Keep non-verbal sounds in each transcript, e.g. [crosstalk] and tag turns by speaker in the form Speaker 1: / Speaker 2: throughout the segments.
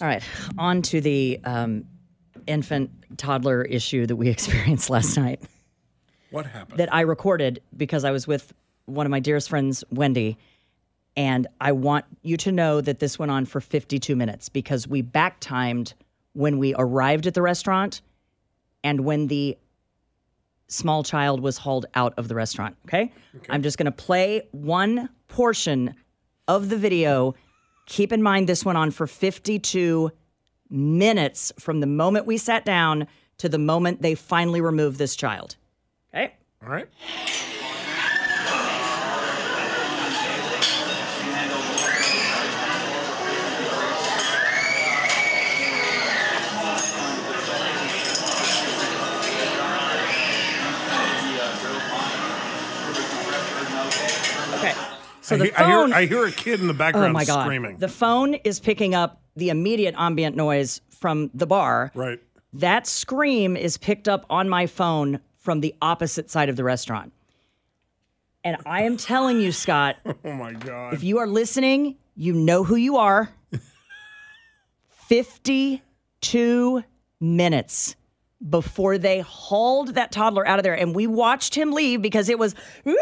Speaker 1: All right, on to the um, infant toddler issue that we [laughs] experienced last night
Speaker 2: What happened?
Speaker 1: that I recorded because I was with one of my dearest friends, Wendy. And I want you to know that this went on for 52 minutes because we back timed when we arrived at the restaurant and when the small child was hauled out of the restaurant. Okay. I'm just going to play one portion of the video. Keep in mind, this went on for 52 minutes from the moment we sat down to the moment they finally removed this child. Okay.
Speaker 2: All right.
Speaker 1: Okay. So
Speaker 2: I,
Speaker 1: the
Speaker 2: he- I
Speaker 1: phone.
Speaker 2: hear, I hear a kid in the background
Speaker 1: oh my god!
Speaker 2: screaming.
Speaker 1: The phone is picking up the immediate ambient noise from the bar.
Speaker 2: right.
Speaker 1: That scream is picked up on my phone from the opposite side of the restaurant. And I am telling you, Scott,
Speaker 2: Oh my god.
Speaker 1: if you are listening, you know who you are. [laughs] 52 minutes before they hauled that toddler out of there. And we watched him leave because it was, "Wah!"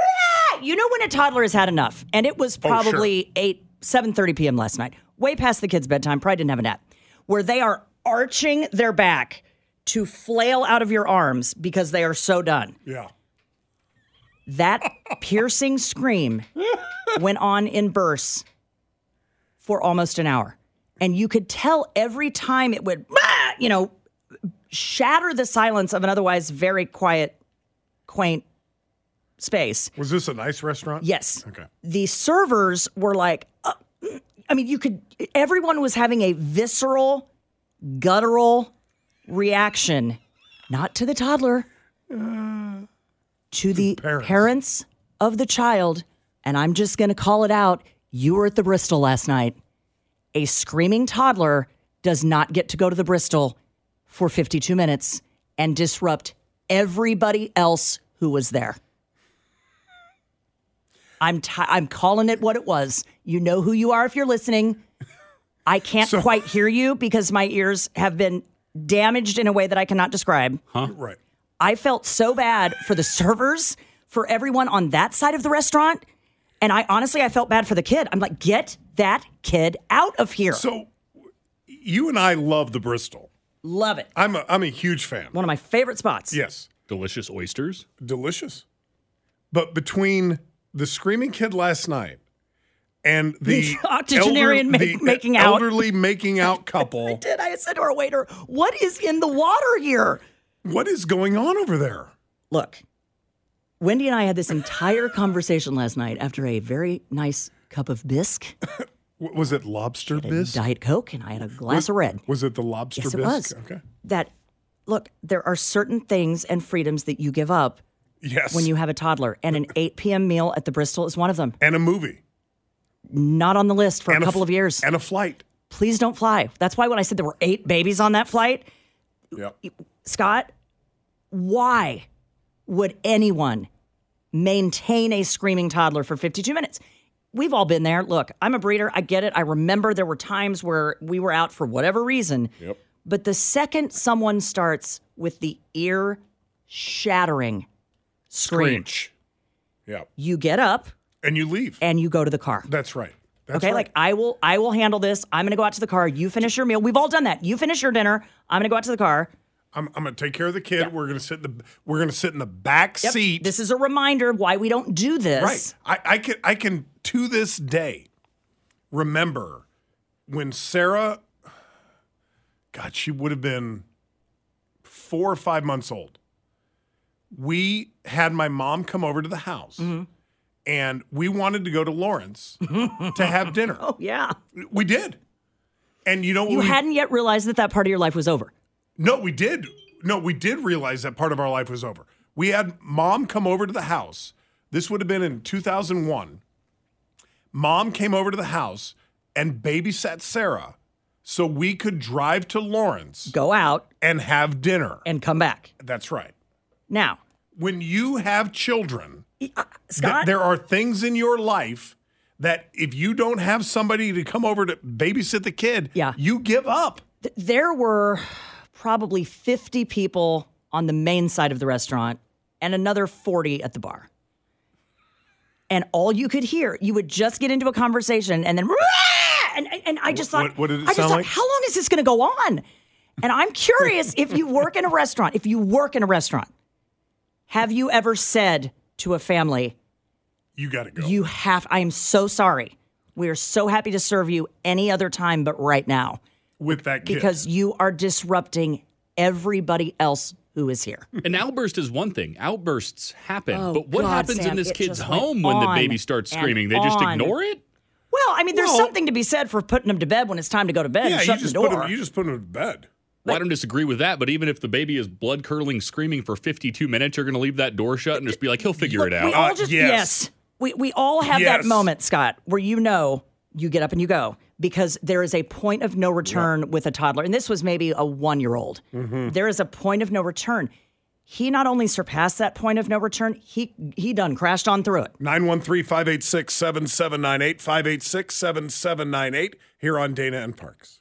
Speaker 1: you know, when a toddler has had enough. And it was
Speaker 2: sure.
Speaker 1: probably 8, 7.30 p.m. last night, way past the kids' bedtime. Probably didn't have a nap. Where they are arching their back to flail out of your arms because they are so done
Speaker 2: yeah.
Speaker 1: that piercing scream went on in bursts for almost an hour. And you could tell every time it would, "Ah!" you know, shatter the silence of an otherwise very quiet, quaint space.
Speaker 2: Was this a nice restaurant?
Speaker 1: Yes.
Speaker 2: Okay.
Speaker 1: The servers were like, uh, mm. I mean, you could, everyone was having a visceral, guttural reaction, not to the toddler, to the
Speaker 2: parents.
Speaker 1: parents of the child. And I'm just going to call it out. You were at the Bristol last night. A screaming toddler does not get to go to the Bristol for 52 minutes and disrupt everybody else who was there. I'm ti I'm calling it what it was. You know who you are if you're listening. I can't
Speaker 2: [laughs] So-
Speaker 1: quite hear you because my ears have been damaged in a way that I cannot describe.
Speaker 2: Right.
Speaker 1: I felt so bad for the servers, for everyone on that side of the restaurant, and I honestly I felt bad for the kid. I'm like, "Get that kid out of here."
Speaker 2: So you and I love the Bristol.
Speaker 1: Love it.
Speaker 2: I'm a I'm a huge fan.
Speaker 1: One of my favorite spots.
Speaker 2: Yes.
Speaker 3: Delicious oysters.
Speaker 2: Delicious. But between the screaming kid last night and the
Speaker 1: The octogenarian
Speaker 2: elder-
Speaker 1: make-
Speaker 2: the
Speaker 1: making out.
Speaker 2: elderly
Speaker 1: [laughs]
Speaker 2: making out
Speaker 1: I
Speaker 2: couple,
Speaker 1: did. I said to our waiter, "What is in the water here?"
Speaker 2: what is going on over there?
Speaker 1: Look, Wendy and I had this entire conversation last night after a very nice cup of bisque,
Speaker 2: W- was it lobster
Speaker 1: and
Speaker 2: bisque?
Speaker 1: Diet Coke, and I had a glass of red.
Speaker 2: Was it the lobster
Speaker 1: Yes, it
Speaker 2: bisque?
Speaker 1: was.
Speaker 2: Okay.
Speaker 1: That, look, there are certain things and freedoms that you give up
Speaker 2: Yes.
Speaker 1: when you have a toddler, and an 8 p.m. meal at the Bristol is one of them.
Speaker 2: and a movie.
Speaker 1: Not on the list for
Speaker 2: and
Speaker 1: a couple
Speaker 2: f-
Speaker 1: of years.
Speaker 2: And a flight.
Speaker 1: Please don't fly. That's why when I said there were eight babies on that flight,
Speaker 2: Yeah.
Speaker 1: Scott, why would anyone maintain a screaming toddler for 52 minutes? We've all been there. Look, I'm a breeder. I get it. I remember there were times where we were out for whatever reason. Yep. But the second someone starts with the ear shattering scream,
Speaker 3: Screech.
Speaker 2: Yeah.
Speaker 1: You get up
Speaker 2: And you leave.
Speaker 1: and you go to the car.
Speaker 2: That's right. That's
Speaker 1: okay,
Speaker 2: right.
Speaker 1: like I will I will handle this. I'm going to go out to the car. You finish your meal. We've all done that. You finish your dinner. I'm going to go out to the car.
Speaker 2: I'm, I'm gonna take care of the kid. We're gonna sit in the we're gonna sit in the back
Speaker 1: Yep.
Speaker 2: seat.
Speaker 1: This is a reminder why we don't do this.
Speaker 2: right. I, I can I can to this day remember when Sarah God, she would have been four or five months old. We had my mom come over to the house
Speaker 1: Mm-hmm.
Speaker 2: and we wanted to go to Lawrence to
Speaker 1: [laughs]
Speaker 2: have dinner.
Speaker 1: Yeah.
Speaker 2: We did. And you know what
Speaker 1: Oh. You
Speaker 2: we
Speaker 1: hadn't yet realized that that part of your life was over.
Speaker 2: No, we did. No, we did realize that part of our life was over. We had mom come over to the house. This would have been in 2001. Mom came over to the house and babysat Sarah so we could drive to Lawrence
Speaker 1: Go out
Speaker 2: and have dinner.
Speaker 1: and come back.
Speaker 2: That's right.
Speaker 1: Now,
Speaker 2: When you have children, uh, th-
Speaker 1: Scott,
Speaker 2: there are things in your life that if you don't have somebody to come over to babysit the kid,
Speaker 1: Yeah.
Speaker 2: you give up.
Speaker 1: th- there were probably 50 people on the main side of the restaurant and another 40 at the bar. And all you could hear, you would just get into a conversation and then, "Rah!" and, and, and I just thought,
Speaker 2: What- what did it
Speaker 1: I just
Speaker 2: sound
Speaker 1: thought,
Speaker 2: like?
Speaker 1: how long is this going to go on? And I'm
Speaker 2: [laughs]
Speaker 1: curious if you work in a restaurant, if you work in a restaurant, have you ever said to a family,
Speaker 2: You got to go.
Speaker 1: You have. I am so sorry. We are so happy to serve you any other time, but right now,
Speaker 2: with that kid.
Speaker 1: because you are disrupting everybody else who is [laughs] here.
Speaker 3: An outburst is one thing. Outbursts happen.
Speaker 1: Oh,
Speaker 3: but what
Speaker 1: God,
Speaker 3: happens
Speaker 1: Sam,
Speaker 3: in this
Speaker 1: it
Speaker 3: kid's
Speaker 1: just went
Speaker 3: home when the
Speaker 1: on
Speaker 3: baby starts
Speaker 1: and
Speaker 3: screaming? They just
Speaker 1: on.
Speaker 3: ignore it?
Speaker 1: Well, I mean, there's
Speaker 2: Well-
Speaker 1: something to be said for putting them to bed when it's time to go to bed
Speaker 2: yeah,
Speaker 1: and
Speaker 2: you
Speaker 1: shutting the
Speaker 2: just,
Speaker 1: door.
Speaker 2: put him, you just put him to bed.
Speaker 3: Well, I don't disagree with that, but even if the baby is blood curdling, screaming for 52 minutes, you're going to leave that door shut and just be like, he'll figure it
Speaker 1: Look, We
Speaker 3: out.
Speaker 1: all
Speaker 2: Uh,
Speaker 1: just
Speaker 2: yes.
Speaker 1: yes. We we all have
Speaker 2: Yes.
Speaker 1: that moment, Scott, where you know you get up and you go because there is a point of no return with a toddler, and this was maybe a one-year-old. There is a point of no return. He not only surpassed that point of no return, he he done crashed on through it.
Speaker 2: 913 586 7798, 586 7798, here on Dana and Parks.